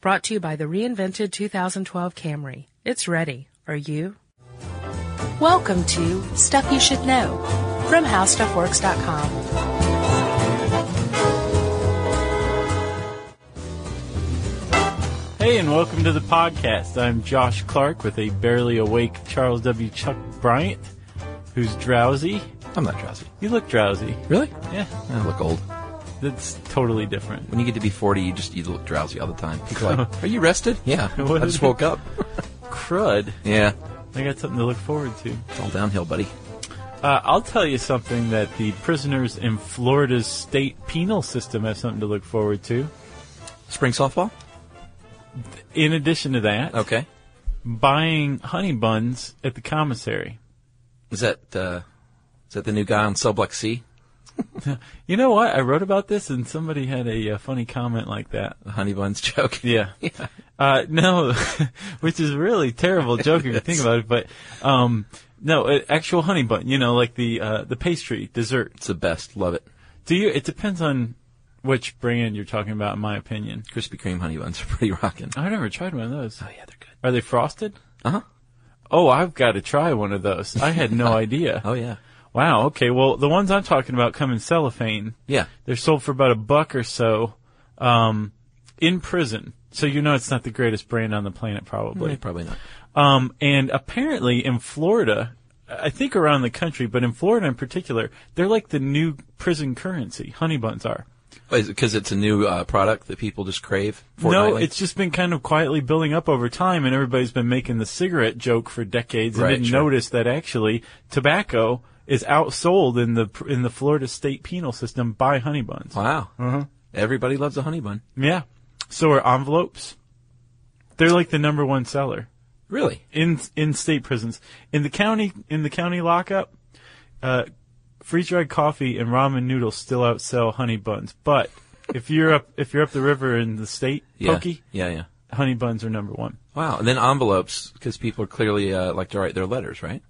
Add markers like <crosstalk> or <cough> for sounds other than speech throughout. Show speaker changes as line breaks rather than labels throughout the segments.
Brought to you by the reinvented 2012 Camry. It's ready. Are you? Welcome to Stuff You Should Know from HowStuffWorks.com.
Hey, and welcome to the podcast. I'm Josh Clark with a barely awake Charles W. Chuck Bryant, who's drowsy.
I'm not drowsy.
You look drowsy.
Really?
Yeah,
I look old.
that's totally different.
When you get to be 40, you just you look drowsy all the time. People are <laughs> like, are you rested? Yeah.
What
I
is
just
it?
woke up.
Crud.
<laughs> Yeah.
I got something to look forward to.
It's all downhill, buddy.
Uh, I'll tell you something that the prisoners in Florida's state penal system have something to look forward to.
Spring softball?
In addition to that,
Okay.
buying honey buns at the commissary.
Is that uh, is that the new guy on Sublex C?
You know what? I wrote about this and somebody had a uh, funny comment like that.
The honey buns <laughs> joke?
Yeah. Uh, no, <laughs> which is really terrible joke if you think about it, but, um, no, uh, actual honey bun, you know, like the, uh, the pastry, dessert.
It's the best. Love it.
Do you, it depends on which brand you're talking about, in my opinion.
Krispy Kreme honey buns are <laughs> pretty rockin'.
I've never tried one of those.
Oh, yeah, they're good.
Are they frosted?
Uh huh.
Oh, I've got to try one of those. I had
<laughs>
no idea.
Oh yeah.
Wow. Okay. Well, the ones I'm talking about come in cellophane.
Yeah.
They're sold for about a buck or so, um, in prison. So you know it's not the greatest brand on the planet, probably.
Well, probably not.
Um, and apparently in Florida, I think around the country, but in Florida in particular, they're like the new prison currency. Honey buns are.
Because it's a new uh, product that people just crave.
No,
fortnightly?
it's just been kind of quietly building up over time, and everybody's been making the cigarette joke for decades and
Right,
didn't
sure.
notice that actually tobacco is outsold in the in the Florida state penal system by honey buns.
wow. Everybody loves a honey bun.
Yeah, so are envelopes. They're like the number one seller.
Really?
in in state prisons in the county in the county lockup uh freeze dried coffee and ramen noodles still outsell honey buns but if you're up if you're up the river in the state
Yeah.
pokey
Yeah, yeah.
honey buns are number one
Wow. And then envelopes because people clearly uh, like to write their letters, right?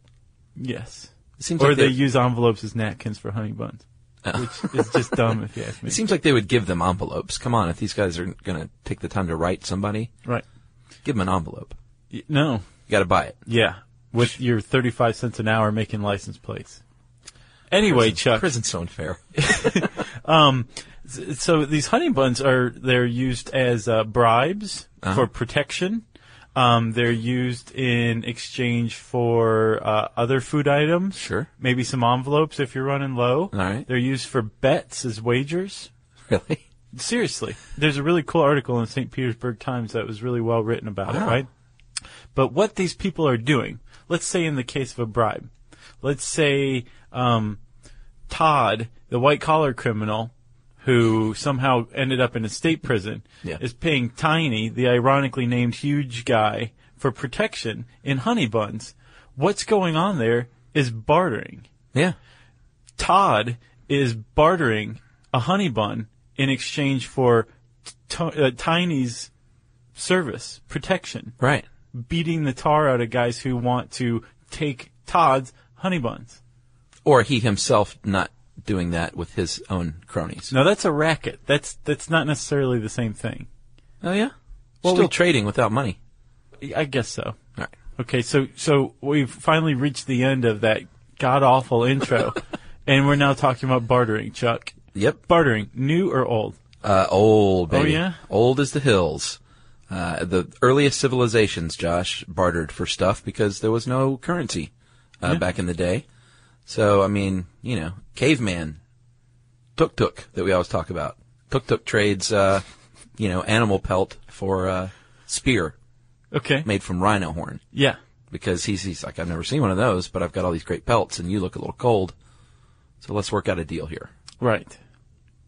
yes
It seems
or
like
they
they're-
use envelopes as napkins for honey buns which is just dumb if you ask me
It seems like they would give them envelopes. Come on, if these guys are going to take the time to write somebody,
right
give them an envelope.
Y- no
You got to buy it.
yeah with your 35 cents an hour making license plates anyway chuck
Prison's so unfair.
so these honey buns are they're used as uh, bribes
Uh-huh.
for protection. Um, they're used in exchange for uh, other food items.
<laughs> Sure.
Maybe some envelopes if you're running low.
All right.
They're used for bets as wagers.
really?
Seriously, there's a really cool article in St. Petersburg Times that was really well written about it,
Wow.
right? But what these people are doing, let's say in the case of a bribe, let's say um, Todd, the white collar criminal who somehow ended up in a state prison,
Yeah.
is paying Tiny, the ironically named huge guy, for protection in honey buns. What's going on there is bartering.
Yeah.
Todd is bartering a honey bun in exchange for t- uh, Tiny's service, protection,
Right.
beating the tar out of guys who want to take Todd's honey buns.
Or he himself not doing that with his own cronies.
Now that's a racket. That's that's not necessarily the same thing.
Oh yeah.
Well,
Still
we-
trading without money.
I guess so.
All right.
Okay, so so we've finally reached the end of that god awful intro, and we're now talking about bartering, Chuck.
Yep.
Bartering, new or old?
Uh, old
Oh,
baby.
yeah?
Old as the hills. Uh, the earliest civilizations, Josh, bartered for stuff because there was no currency uh, back in the day. So I mean, you know, caveman, tuk tuk that we always talk about. Tuk tuk trades, uh, you know, animal pelt for uh, spear
Okay.
made from rhino horn
Yeah.
because he's he's like I've never seen one of those, but I've got all these great pelts and you look a little cold, so let's work out a deal here.
Right.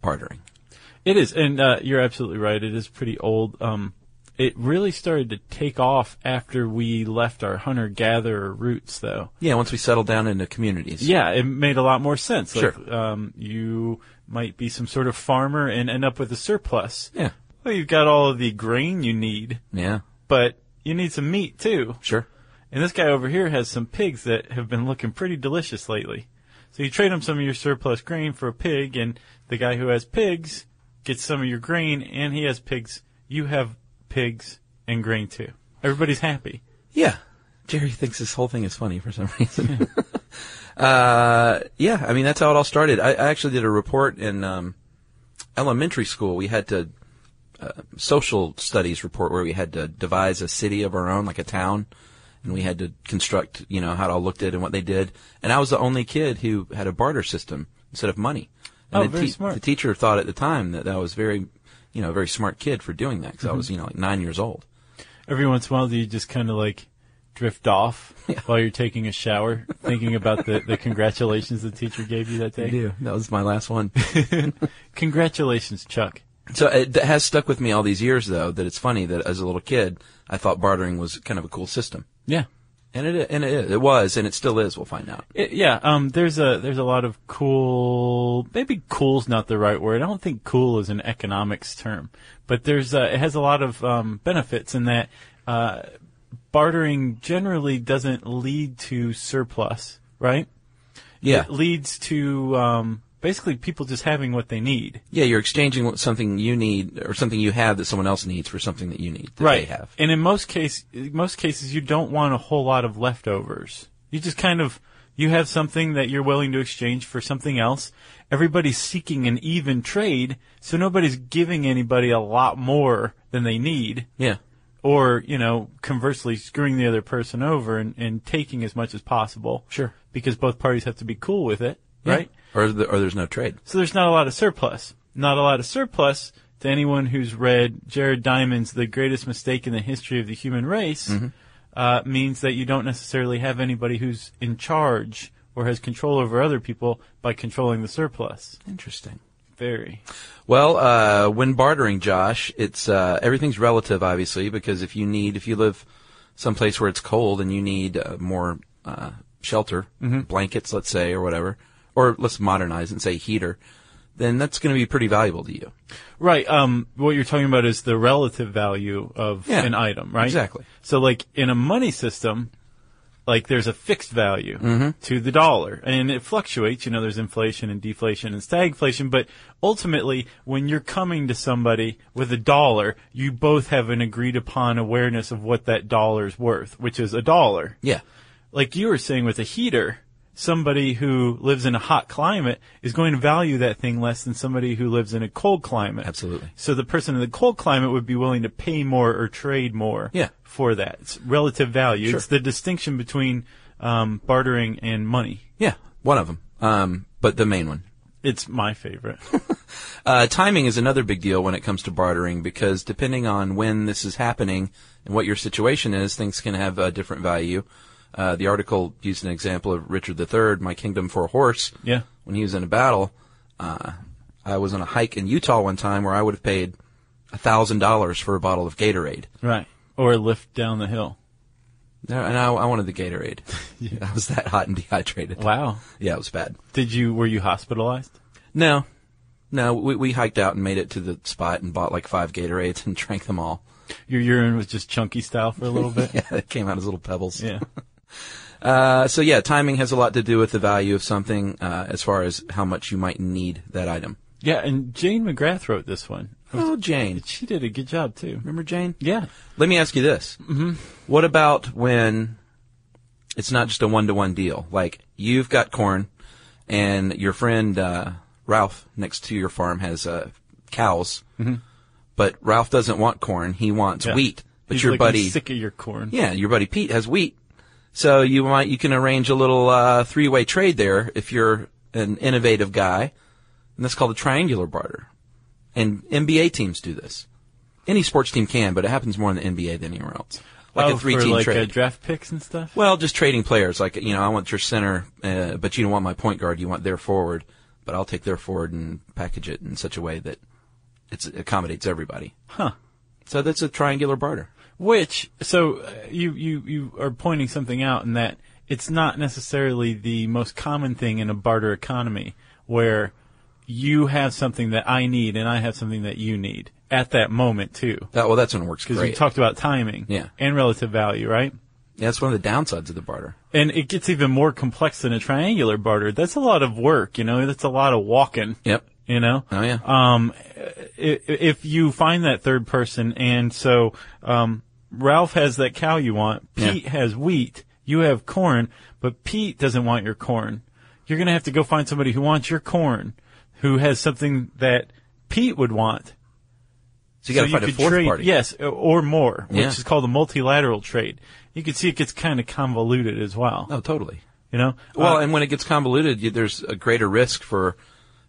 Bartering.
It is, and uh, you're absolutely right. It is pretty old. Um, it really started to take off after we left our hunter-gatherer roots, though.
Yeah, once we settle down into communities.
Yeah, it made a lot more sense. Like,
Sure.
Um, you might be some sort of farmer and end up with a surplus.
Yeah.
Well, you've got all of the grain you need,
Yeah.
but you need some meat too.
Sure.
And this guy over here has some pigs that have been looking pretty delicious lately. So you trade him some of your surplus grain for a pig, and the guy who has pigs gets some of your grain, and he has pigs. You have pigs, and grain too. Everybody's happy.
Yeah. Jerry thinks this whole thing is funny for some reason. <laughs> uh, yeah, I mean, that's how it all started. I, I actually did a report in um, elementary school. We had to, uh, social studies report where we had to devise a city of our own, like a town. And we had to construct, you know, how it all looked at and what they did. And I was the only kid who had a barter system instead of money. And
Oh,
the
very smart.
The teacher thought at the time that I was very, you know, a very smart kid for doing that because
Mm-hmm.
I was, you know, like nine years old.
Every once in a while, do you just kind of like drift off while you're taking a shower, thinking about the, the congratulations the teacher gave you that day?
That was my last one. <laughs>
Congratulations, Chuck.
So it that has stuck with me all these years, though, that it's funny that as a little kid, I thought bartering was kind of a cool system,
Yeah.
and it and it, is. it was, and it still is. We'll find out.
It- yeah, um, there's a there's a lot of cool. Maybe cool's not the right word. I don't think cool is an economics term, but there's uh, it has a lot of um, benefits in that uh, bartering generally doesn't lead to surplus, right?
Yeah,
It leads to um, basically people just having what they need.
yeah. You're exchanging what- something you need or something you have that someone else needs for something that you need that they have.
And in most case, in most cases, you don't want a whole lot of leftovers. You just kind of you have something that you're willing to exchange for something else. Everybody's seeking an even trade, so nobody's giving anybody a lot more than they need,
Yeah,
or you know, conversely, screwing the other person over and, and taking as much as possible.
Sure.
because both parties have to be cool with it, right?
Or the, or there's no trade.
So there's not a lot of surplus. Not a lot of surplus to anyone who's read Jared Diamond's The Greatest Mistake in the History of the Human Race uh, means that you don't necessarily have anybody who's in charge or has control over other people by controlling the surplus.
Interesting.
Very.
Well, uh, when bartering, Josh, it's uh, everything's relative, obviously, because if you need, if you live someplace where it's cold and you need uh, more uh, shelter, blankets, let's say, or whatever, or let's modernize and say heater, then that's going to be pretty valuable to you.
Right. Um, what you're talking about is the relative value of
Yeah,
an item, right?
exactly.
So, like in a money system, like there's a fixed value
Mm-hmm.
to the dollar, and it fluctuates. You know, there's inflation and deflation and stagflation, but ultimately, when you're coming to somebody with a dollar, you both have an agreed upon awareness of what that dollar's worth, which is a dollar
Yeah,
like you were saying with a heater, somebody who lives in a hot climate is going to value that thing less than somebody who lives in a cold climate.
Absolutely.
So the person in the cold climate would be willing to pay more or trade more
Yeah.
for that. It's relative value.
Sure.
It's the distinction between um, bartering and money.
yeah, one of them, um, but the main one.
It's my favorite.
<laughs> Uh, timing is another big deal when it comes to bartering because depending on when this is happening and what your situation is, things can have a different value. Uh, the article used an example of Richard III, My Kingdom for a Horse.
Yeah.
When he was in a battle, uh, I was on a hike in Utah one time where I would have paid $1,000 for a bottle of Gatorade.
right. Or lift down the hill.
No, And I, I wanted the Gatorade. <laughs> I was that hot and dehydrated.
Wow.
Yeah, it was bad.
Did you, were you hospitalized?
No. No, we, we hiked out and made it to the spot and bought like five Gatorades and <laughs> drank them all.
Your urine was just chunky style for a little
<laughs>
bit?
Yeah, it came out as little pebbles.
yeah.
Uh, so yeah, timing has a lot to do with the value of something uh, as far as how much you might need that item.
Yeah. And Jane McGrath wrote this one.
Oh, Jane.
She did a good job too.
Remember Jane?
Yeah.
Let me ask you this. Mm-hmm. What about when it's not just a one-to-one deal? Like, you've got corn, and your friend uh, Ralph next to your farm has uh, cows, but Ralph doesn't want corn. He wants
Mm-hmm. Yeah.
wheat. But
He's
your
like, "I'm
buddy...
sick of your corn.
Yeah, your buddy Pete has wheat, so you might you can arrange a little uh, three way trade there if you're an innovative guy, and that's called a triangular barter. And NBA teams do this. Any sports team can, but it happens more in the NBA than anywhere else. Like
Oh,
a three
for
team
like uh,
trade.
draft picks and stuff.
well, just trading players. Like you know, I want your center, uh, but you don't want my point guard. You want their forward, but I'll take their forward and package it in such a way that it accommodates everybody.
Huh.
So that's a triangular barter.
Which so uh, you you you are pointing something out in that it's not necessarily the most common thing in a barter economy where you have something that I need and I have something that you need at that moment too.
That, well, that's when it works
Because we
great.
talked about timing
Yeah.
and relative value, right?
yeah, that's one of the downsides of the barter.
And it gets even more complex than a triangular barter. That's a lot of work, you know. That's a lot of walking.
Yep.
You know,
Oh yeah.
um, if, if you find that third person, and so um, Ralph has that cow you want,
Yeah.
Pete has wheat, you have corn, but Pete doesn't want your corn. You're gonna have to go find somebody who wants your corn, who has something that Pete would want.
so you got to find a
could
fourth
trade,
party.
Yes, or more, which
Yeah.
is called a multilateral trade. You can see it gets kind of convoluted as well.
Oh, totally.
You know,
Well,
Uh,
and when it gets convoluted, you, there's a greater risk for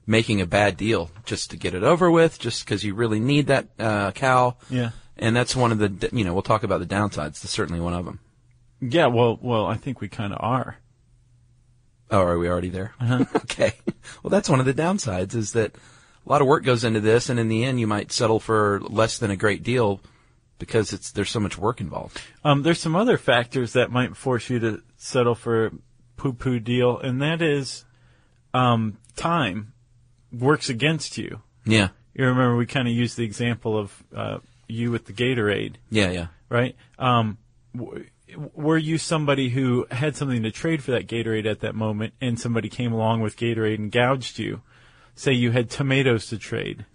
making a bad deal just to get it over with, just because you really need that uh, cow.
Yeah.
And that's one of the, d- you know, we'll talk about the downsides. That's certainly one of them.
yeah. Well, well, I think we kind of are.
Oh, are we already there? <laughs> okay. Well, that's one of the downsides is that a lot of work goes into this, and in the end, you might settle for less than a great deal because it's there's so much work involved.
Um, there's some other factors that might force you to settle for a poo-poo deal, and that is um, time works against you.
Yeah.
You remember we kind of used the example of uh, you with the Gatorade,
Yeah. Yeah.
right? Um, w- were you somebody who had something to trade for that Gatorade at that moment, and somebody came along with Gatorade and gouged you? Say you had tomatoes to trade,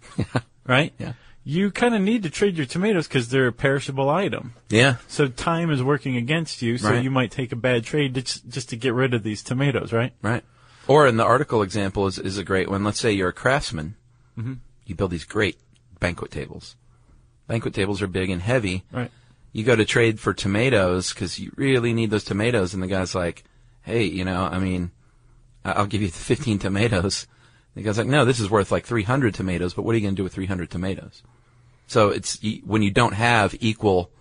right?
<laughs> Yeah.
You kind of need to trade your tomatoes because they're a perishable item.
Yeah.
So time is working against you, so
Right.
you might take a bad trade to, just to get rid of these tomatoes, right?
Right. Or in the article example is, is a great one. Let's say you're a craftsman. You build these great banquet tables. Banquet tables are big and heavy.
Right.
You go to trade for tomatoes because you really need those tomatoes. And the guy's like, hey, you know, I mean, I- I'll give you <laughs> 15 tomatoes. And the guy's like, no, this is worth like 300 tomatoes, but what are you going to do with 300 tomatoes? So it's you, when you don't have equal,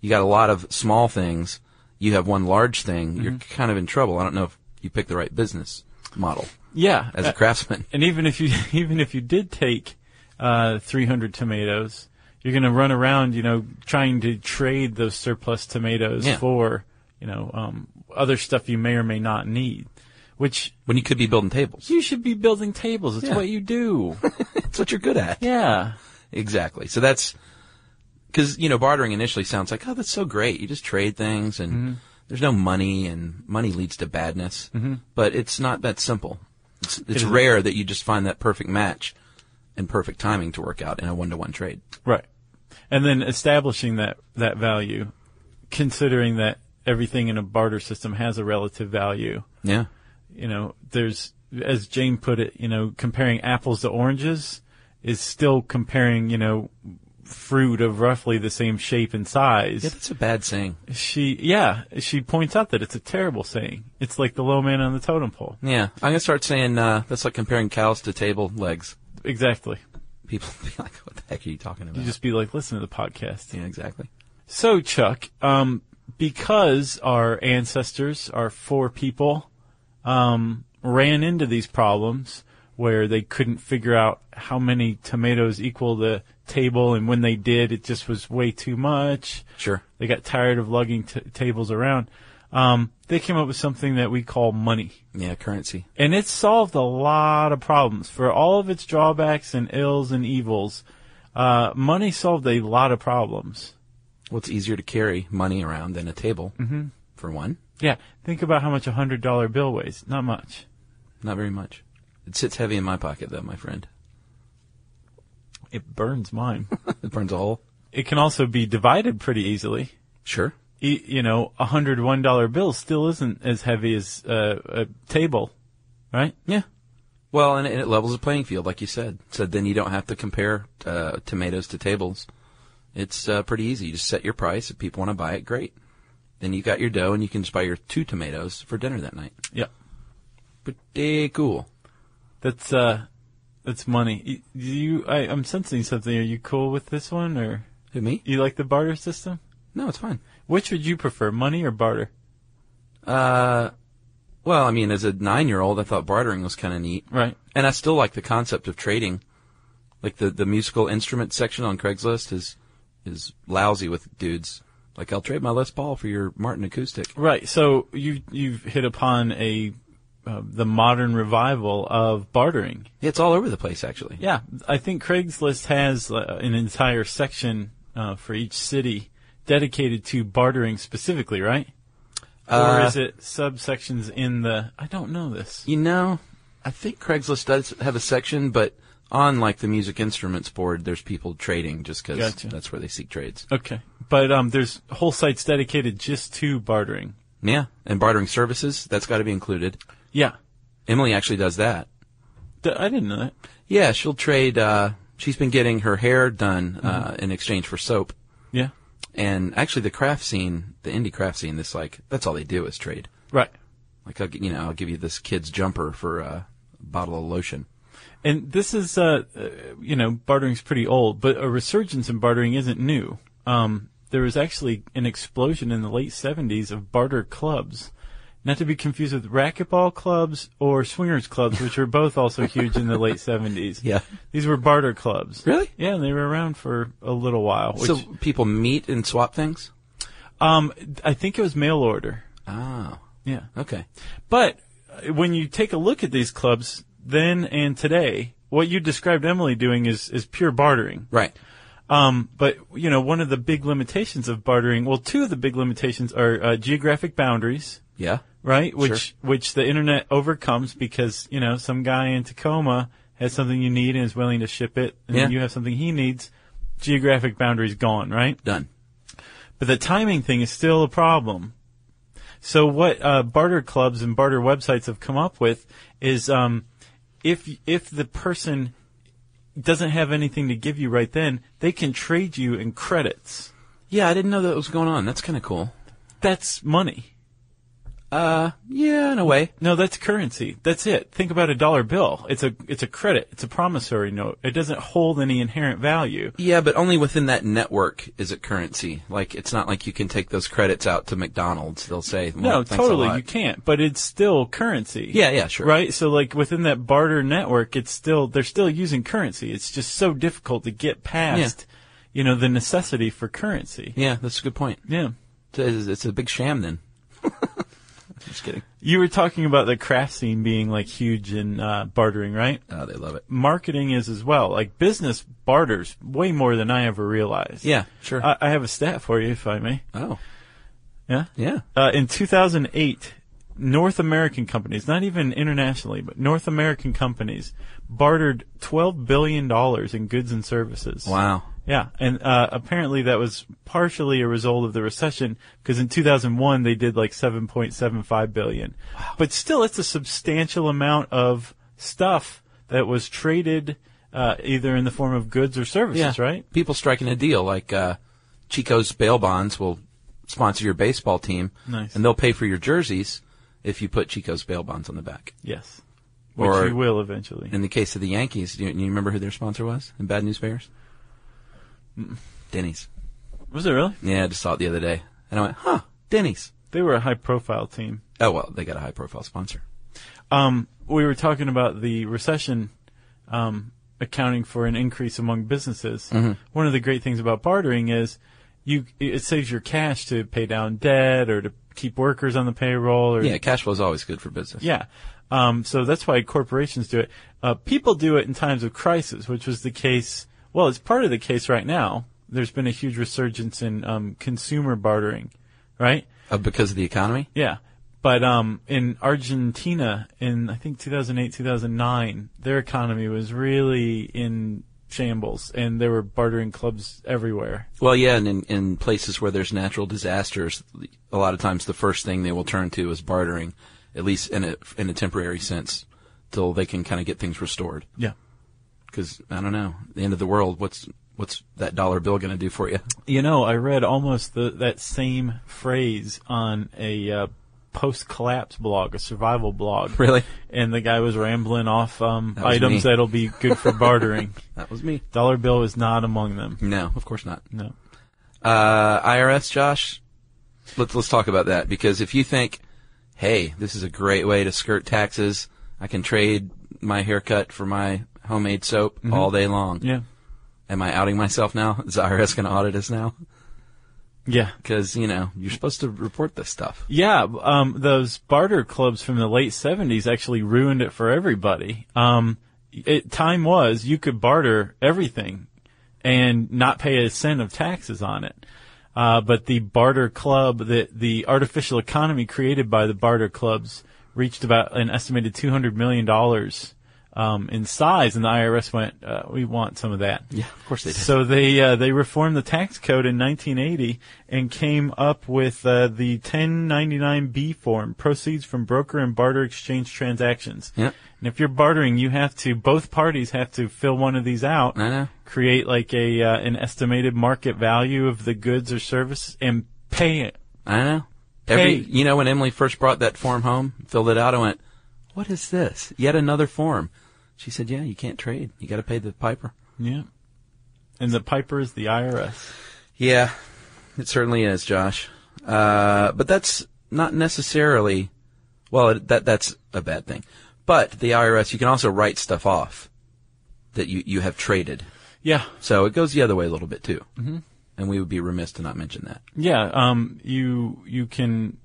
you got a lot of small things. You have one large thing. You're kind of in trouble. I don't know if you pick the right business model
Yeah. Uh,
as a craftsman. <laughs>
and even if you <laughs> even if you did take uh, 300 tomatoes, you're going to run around, you know, trying to trade those surplus tomatoes
Yeah.
for you know um, other stuff you may or may not need, which
When you could be building tables,
you should be building tables. It's
Yeah.
what you do.
that's what you're good at.
<laughs> yeah.
Exactly. So that's because you know bartering initially sounds like oh that's so great you just trade things and there's no money and money leads to badness. But it's not that simple. It's, it's
isn't.
rare that you just find that perfect match and perfect timing to work out in a one to one trade.
Right. And then establishing that, that value, considering that everything in a barter system has a relative value.
Yeah.
You know, there's, as Jane put it, you know, comparing apples to oranges is still comparing, you know, fruit of roughly the same shape and
Yeah,
size.
that's a bad saying.
She, yeah, she points out that it's a terrible saying. It's like the low man on the totem pole.
Yeah, I'm gonna start saying uh, that's like comparing cows to table legs.
Exactly.
People <laughs> be like, "What the heck are you talking about?"
You just be like, listen to the podcast.
yeah, exactly.
So, Chuck, um, because our ancestors, our four people, um, ran into these problems where they couldn't figure out how many tomatoes equal the table, and when they did, it just was way too much.
Sure.
They got tired of lugging t- tables around. Um, they came up with something that we call money.
Yeah, currency.
And it solved a lot of problems. For all of its drawbacks and ills and evils, uh, money solved a lot of problems.
What's easier to carry money around than a table? Mm-hmm. For one,
Yeah, think about how much a hundred dollar bill weighs. Not much.
not very much. It sits heavy in my pocket, though, my friend.
It burns mine.
<laughs> It burns a hole.
<laughs> it can also be divided pretty easily.
Sure.
E- you know, a hundred one dollar bill still isn't as heavy as uh, a table, right?
Yeah. Well, and it, and it levels the playing field, like you said. So then you don't have to compare uh, tomatoes to tables. It's uh, pretty easy. You just set your price. If people want to buy it, great. Then you got your dough, and you can just buy your two tomatoes for dinner that night.
Yeah,
Pretty cool.
that's uh, that's money. Y- Do you, I, I'm sensing something. Are you cool with this one, or
Who me?
you like the barter system?
No, it's fine.
Which would you prefer, money or barter?
Uh, well, I mean, as a nine-year-old, I thought bartering was kind of neat.
Right.
And I still like the concept of trading. Like the, the musical instrument section on Craigslist is is lousy with dudes. Like I'll trade my Les Paul for your Martin acoustic.
Right. So you you've hit upon a uh, the modern revival of bartering.
It's all over the place actually.
Yeah, I think Craigslist has uh, an entire section uh, for each city dedicated to bartering specifically, right? or
Uh,
is it subsections in the? I don't know this.
You know, I think Craigslist does have a section, but on like the music instruments board, there's people trading just because
Gotcha.
that's where they seek trades.
Okay. But um, there's whole sites dedicated just to bartering.
Yeah, and bartering services that's got to be included.
Yeah.
Emily actually does that.
D- I didn't know that.
Yeah, she'll trade. Uh, she's been getting her hair done uh,
Mm-hmm.
in exchange for soap.
Yeah.
And actually, the craft scene, the indie craft scene, this like that's all they do is trade.
Right.
Like, I'll, g- you know, I'll give you this kid's jumper for uh, a bottle of lotion.
And this is, uh, uh, you know, bartering's pretty old, but a resurgence in bartering isn't new. Um, there was actually an explosion in the late 70s of barter clubs. Not to be confused with racquetball clubs or swingers clubs, which were both also huge in the
<laughs>
late 70s.
Yeah.
These were barter clubs.
Really?
Yeah, and they were around for a little while. Which,
so people meet and swap things.
um, I think it was mail order.
Oh,
Yeah.
okay.
But uh, when you take a look at these clubs then and today, what you described Emily doing is, is pure bartering.
Right.
Um, but you know, one of the big limitations of bartering, well, two of the big limitations are uh, geographic boundaries,
Yeah.
right? Which which the internet overcomes because you know some guy in Tacoma has something you need and is willing to ship it, and
Yeah.
you have something he needs. Geographic boundaries gone, right?
Done.
But the timing thing is still a problem. So what uh, barter clubs and barter websites have come up with is um, if if the person doesn't have anything to give you right then, they can trade you in credits.
Yeah, I didn't know that was going on. That's kind of cool.
That's money.
Uh, yeah, in a way.
No, that's currency. That's it. Think about a dollar bill. It's a it's a credit. It's a promissory note. It doesn't hold any inherent value.
Yeah, but only within that network is it currency. Like, it's not like you can take those credits out to McDonald's. They'll say, well,
No,
thanks a
totally
lot.
you can't. But it's still currency.
Yeah, yeah, sure.
Right? So like within that barter network, it's still, they're still using currency. It's just so difficult to get past, you know, the necessity for currency.
Yeah, that's a good point.
Yeah.
It's a, it's a big
<laughs>
sham then. Just kidding.
You were talking about the craft scene being like huge in uh, bartering, right?
Oh, they love it.
Marketing is as well. Like business barters way more than I ever realized.
Yeah, uh, sure.
I, I have a stat for you, if I may.
oh,
Yeah.
yeah.
Uh, in 2008, North American companies, not even internationally, but North American companies bartered $12 billion in goods and services.
Wow.
Yeah. And, uh, apparently that was partially a result of the recession because in 2001 they did like 7.75 billion. But still, it's a substantial amount of stuff that was traded, uh, either in the form of goods or services, right?
People striking a deal like uh, Chico's bail bonds will sponsor your baseball team,
Nice.
and they'll pay for your jerseys if you put Chico's bail bonds on the back.
Yes. Which
Or-
you will eventually.
In the case of the Yankees, do you, you remember who their sponsor was in Bad News Bears? Denny's.
Was it really?
Yeah, I just saw it the other day, and I went, "Huh, Denny's."
They were a high profile team.
Oh well, they got a high-profile sponsor.
Um, we were talking about the recession um, accounting for an increase among businesses. One of the great things about bartering is you it saves your cash to pay down debt or to keep workers on the payroll or
Yeah, cash flow is always good for business.
yeah. Um, so that's why corporations do it. Uh, people do it in times of crisis, which was the case. Well, it's part of the case right now. There's been a huge resurgence in um, consumer bartering, right?
Uh, because of the economy.
Yeah. But um, in Argentina, in I think 2008, 2009, their economy was really in shambles, and there were bartering clubs everywhere.
Well, yeah, and in, in places where there's natural disasters, a lot of times the first thing they will turn to is bartering, at least in a in a temporary sense, till they can kind of get things restored.
Yeah.
Because I don't know, the end of the world. What's what's that dollar bill going to do for you?
You know, I read almost the, that same phrase on a uh, post-collapse blog, a survival blog.
Really?
And the guy was rambling off um,
That was
items
me.
that'll be good for
<laughs>
bartering.
<laughs> That was me.
Dollar bill is not among them.
No, of course not.
No.
Uh, IRS, Josh. Let's let's talk about that because if you think, hey, this is a great way to skirt taxes, I can trade my haircut for my homemade soap all day long.
Yeah.
Am I outing myself now? <laughs> Is the IRS going to audit us now?
Yeah.
Because, you know, you're supposed to report this stuff.
Yeah, um, those barter clubs from the late seventies actually ruined it for everybody. Um, it, time was you could barter everything and not pay a cent of taxes on it. Uh, but the barter club, the the artificial economy created by the barter clubs, reached about an estimated two hundred million dollars um, in size, and the IRS went, uh, "We want some of that."
Yeah, of course they did.
So they uh, they reformed the tax code in 1980 and came up with uh, the 1099B form, proceeds from broker and barter exchange transactions.
Yeah.
And if you're bartering, you have to both parties have to fill one of these out.
I know.
Create like a uh, an estimated market value of the goods or service and pay it.
I know. Every,
Hey.
you know, when Emily first brought that form home, filled it out, I went, "What is this? Yet another form?" She said, "Yeah, you can't trade. You got to pay the piper."
Yeah. And the piper is the IRS.
Yeah, it certainly is, Josh. Uh, but that's not necessarily, well, it, that that's a bad thing. But the IRS, you can also write stuff off that you, you have traded.
Yeah.
So it goes the other way a little bit too. Mm-hmm. And we would be remiss to not mention that.
Yeah, um, you you can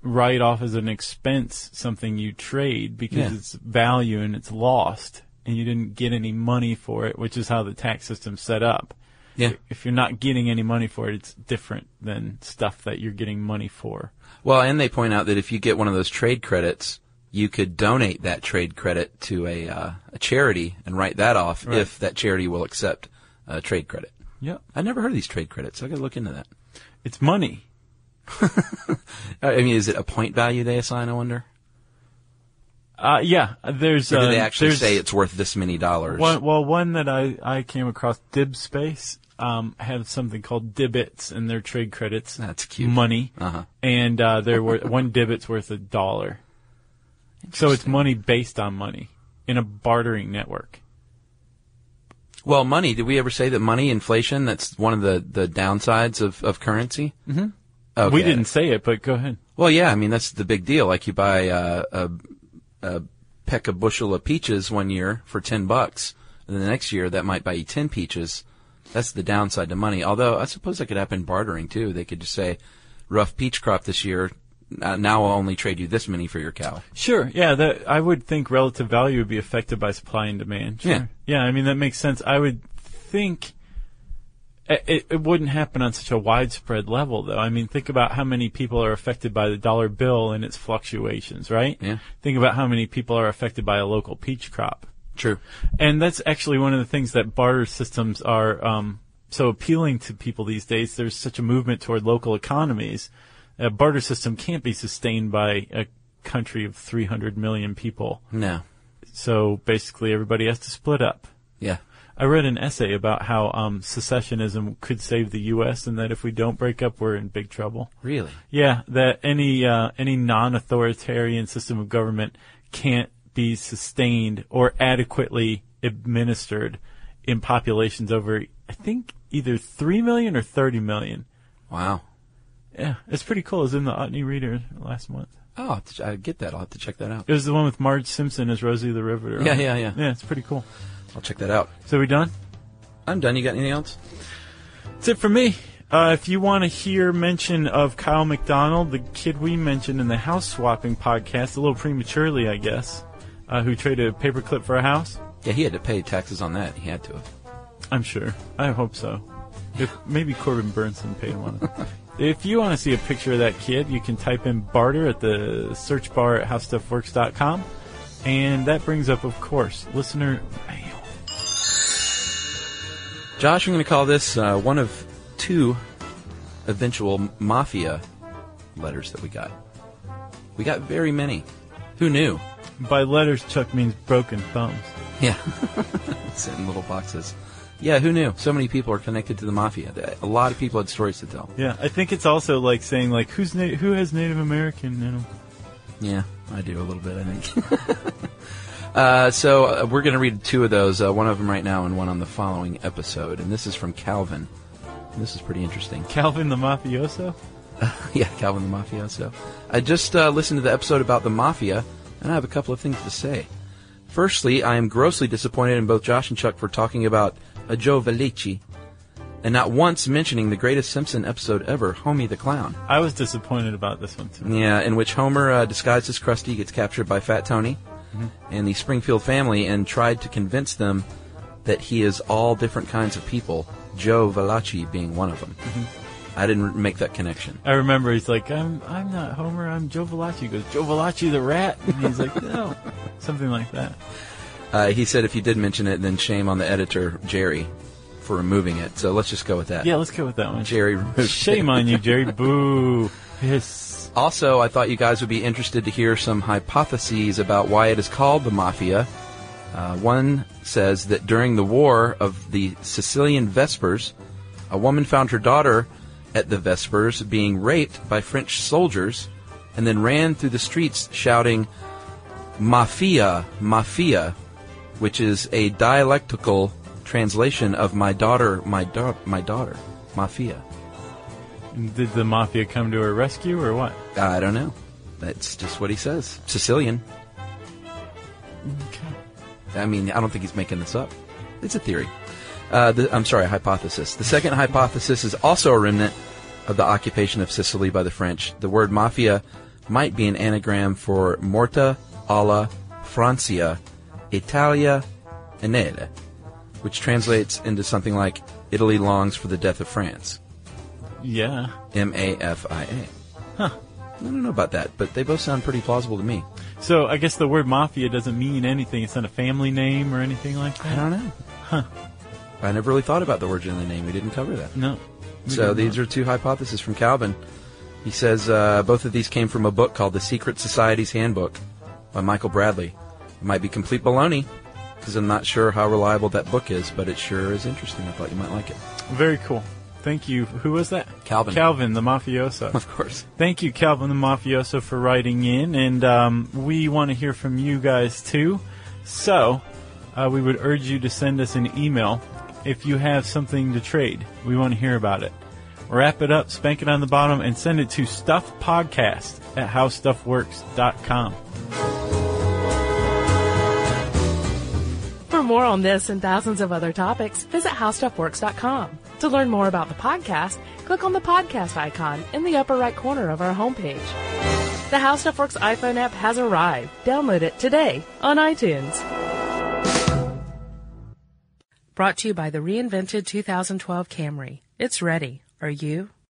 write off as an expense something you trade because
Yeah.
it's value and it's lost, and you didn't get any money for it, which is how the tax system's set up.
Yeah.
If you're not getting any money for it, it's different than stuff that you're getting money for.
Well, and they point out that if you get one of those trade credits, you could donate that trade credit to a, uh, a charity and write that off if that charity will accept a trade credit.
Yeah,
I never heard of these trade credits. I got to look into that.
it's money.
Uh, I I mean, is it a point value they assign? I wonder.
Uh, yeah, there's.
Or do
uh,
they actually
there's-
say it's worth this many dollars?
One, well, one that I, I came across, Dib Space, um, have something called Dibbits in their trade credits.
That's cute.
Money.
Uh-huh.
And uh, they're worth, <laughs> one Dibbit's worth a dollar. So it's money based on money in a bartering network.
Well, money. Did we ever say that money inflation? That's one of the, the downsides of, of currency. Mm-hmm. Okay.
We didn't say it, but go ahead.
Well, yeah. I mean, that's the big deal. Like you buy uh, a, a peck a bushel of peaches one year for ten bucks, and the next year that might buy you ten peaches. That's the downside to money. Although I suppose that could happen bartering too. They could just say, rough peach crop this year. Uh, now I'll only trade you this many for your cow.
Sure. Yeah, that I would think relative value would be affected by supply and demand. Sure.
Yeah.
Yeah. I mean that makes sense. I would think it, it- it wouldn't happen on such a widespread level, though. I mean, think about how many people are affected by the dollar bill and its fluctuations, right?
Yeah.
Think about how many people are affected by a local peach crop.
True.
And that's actually one of the things that barter systems are um, so appealing to people these days. There's such a movement toward local economies. A barter system can't be sustained by a country of 300 million people.
No.
So basically, everybody has to split up.
Yeah.
I read an essay about how um, secessionism could save the U.S. and that if we don't break up, we're in big trouble.
Really?
Yeah, that any uh, any non-authoritarian system of government can't be sustained or adequately administered in populations over, I think, either three million or thirty million.
Wow.
Yeah, it's pretty cool. It was in the Otney Reader last month.
Oh, I'll have to ch- I get that. I'll have to check that out.
It was the one with Marge Simpson as Rosie the Riveter.
Yeah, yeah, yeah.
Yeah, it's pretty cool.
I'll check that out.
So we done?
I'm done. You got anything else?
That's it for me. Uh, if you want to hear mention of Kyle McDonald, the kid we mentioned in the house swapping podcast, a little prematurely, I guess, uh, who traded a paperclip for a house,
Yeah, he had to pay taxes on that. He had to have.
I'm sure. I hope so. If maybe Corbin Burnson paid him on it. if you want to see a picture of that kid, you can type in barter at the search bar at howstuffworks.com, and that brings up, of course, listener mail.
Josh, I'm going to call this uh, one of two eventual m- mafia letters that we got. We got very many. Who knew?
By letters, Chuck means broken thumbs.
<laughs> Yeah. It's in little boxes. Yeah, who knew? So many people are connected to the mafia. Th- A lot of people had stories to tell.
Yeah, I think it's also like saying like who's na- who has Native American in 'em?
Yeah, I do a little bit, I think. <laughs> uh, so uh, we're going to read two of those, uh, one of them right now and one on the following episode. And this is from Calvin. And this is pretty interesting.
Calvin the mafioso.
<laughs> yeah, Calvin the Mafioso. I just uh, listened to the episode about the mafia, and I have a couple of things to say. Firstly, I am grossly disappointed in both Josh and Chuck for talking about a Joe Valici and not once mentioning the greatest Simpson episode ever, Homie the Clown.
I was disappointed about this one too.
Yeah, in which Homer, uh, disguised as Krusty, gets captured by Fat Tony and the Springfield family and tried to convince them that he is all different kinds of people, Joe Valachi being one of them. I didn't make that connection.
I remember he's like, I'm I'm not Homer, I'm Joe Valachi. He goes, Joe Valachi the rat, and he's like, no, something like that.
Uh, he said if you did mention it, then shame on the editor, Jerry, for removing it. So let's just go with that.
Yeah, let's go with that one.
Jerry removed it.
Shame on you, Jerry. Boo. Yes.
Also, I thought you guys would be interested to hear some hypotheses about why it is called the Mafia. Uh, one says that during the War of the Sicilian Vespers, a woman found her daughter at the Vespers being raped by French soldiers and then ran through the streets shouting, Mafia, Mafia, which is a dialectical translation of my daughter, my, da- my daughter, Mafia.
Did the mafia come to her rescue or what?
I don't know. That's just what he says. Sicilian.
Okay.
I mean, I don't think he's making this up. It's a theory. Uh, the, I'm sorry, a hypothesis. The second hypothesis is also a remnant of the occupation of Sicily by the French. The word mafia might be an anagram for Morta alla Francia Italia Enele, which translates into something like Italy longs for the death of France.
Yeah.
M A F I A. Huh. I don't know about that, but they both sound pretty plausible to me.
So I guess the word mafia doesn't mean anything. It's not a family name or anything like
I
that.
don't know. Huh. I never really thought about the origin of the name. We didn't cover that.
No. We
So
don't know.
these are two hypotheses from Calvin. He says uh, both of these came from a book called The Secret Society's Handbook by Michael Bradley. It might be complete baloney because I'm not sure how reliable that book is, but it sure is interesting. I thought you might like it.
very cool. Thank you. Who was that?
Calvin.
Calvin, the mafioso.
Of course.
Thank you, Calvin the Mafioso, for writing in, and um, we want to hear from you guys too. So, uh, we would urge you to send us an email if you have something to trade. We want to hear about it. Wrap it up, spank it on the bottom, and send it to stuffpodcast at howstuffworks.com.
For more on this and thousands of other topics, visit howstuffworks.com. To learn more about the podcast, click on the podcast icon in the upper right corner of our homepage. The How Stuff Works iPhone app has arrived. Download it today on iTunes. Brought to you by the reinvented 2012 Camry. It's ready. Are you?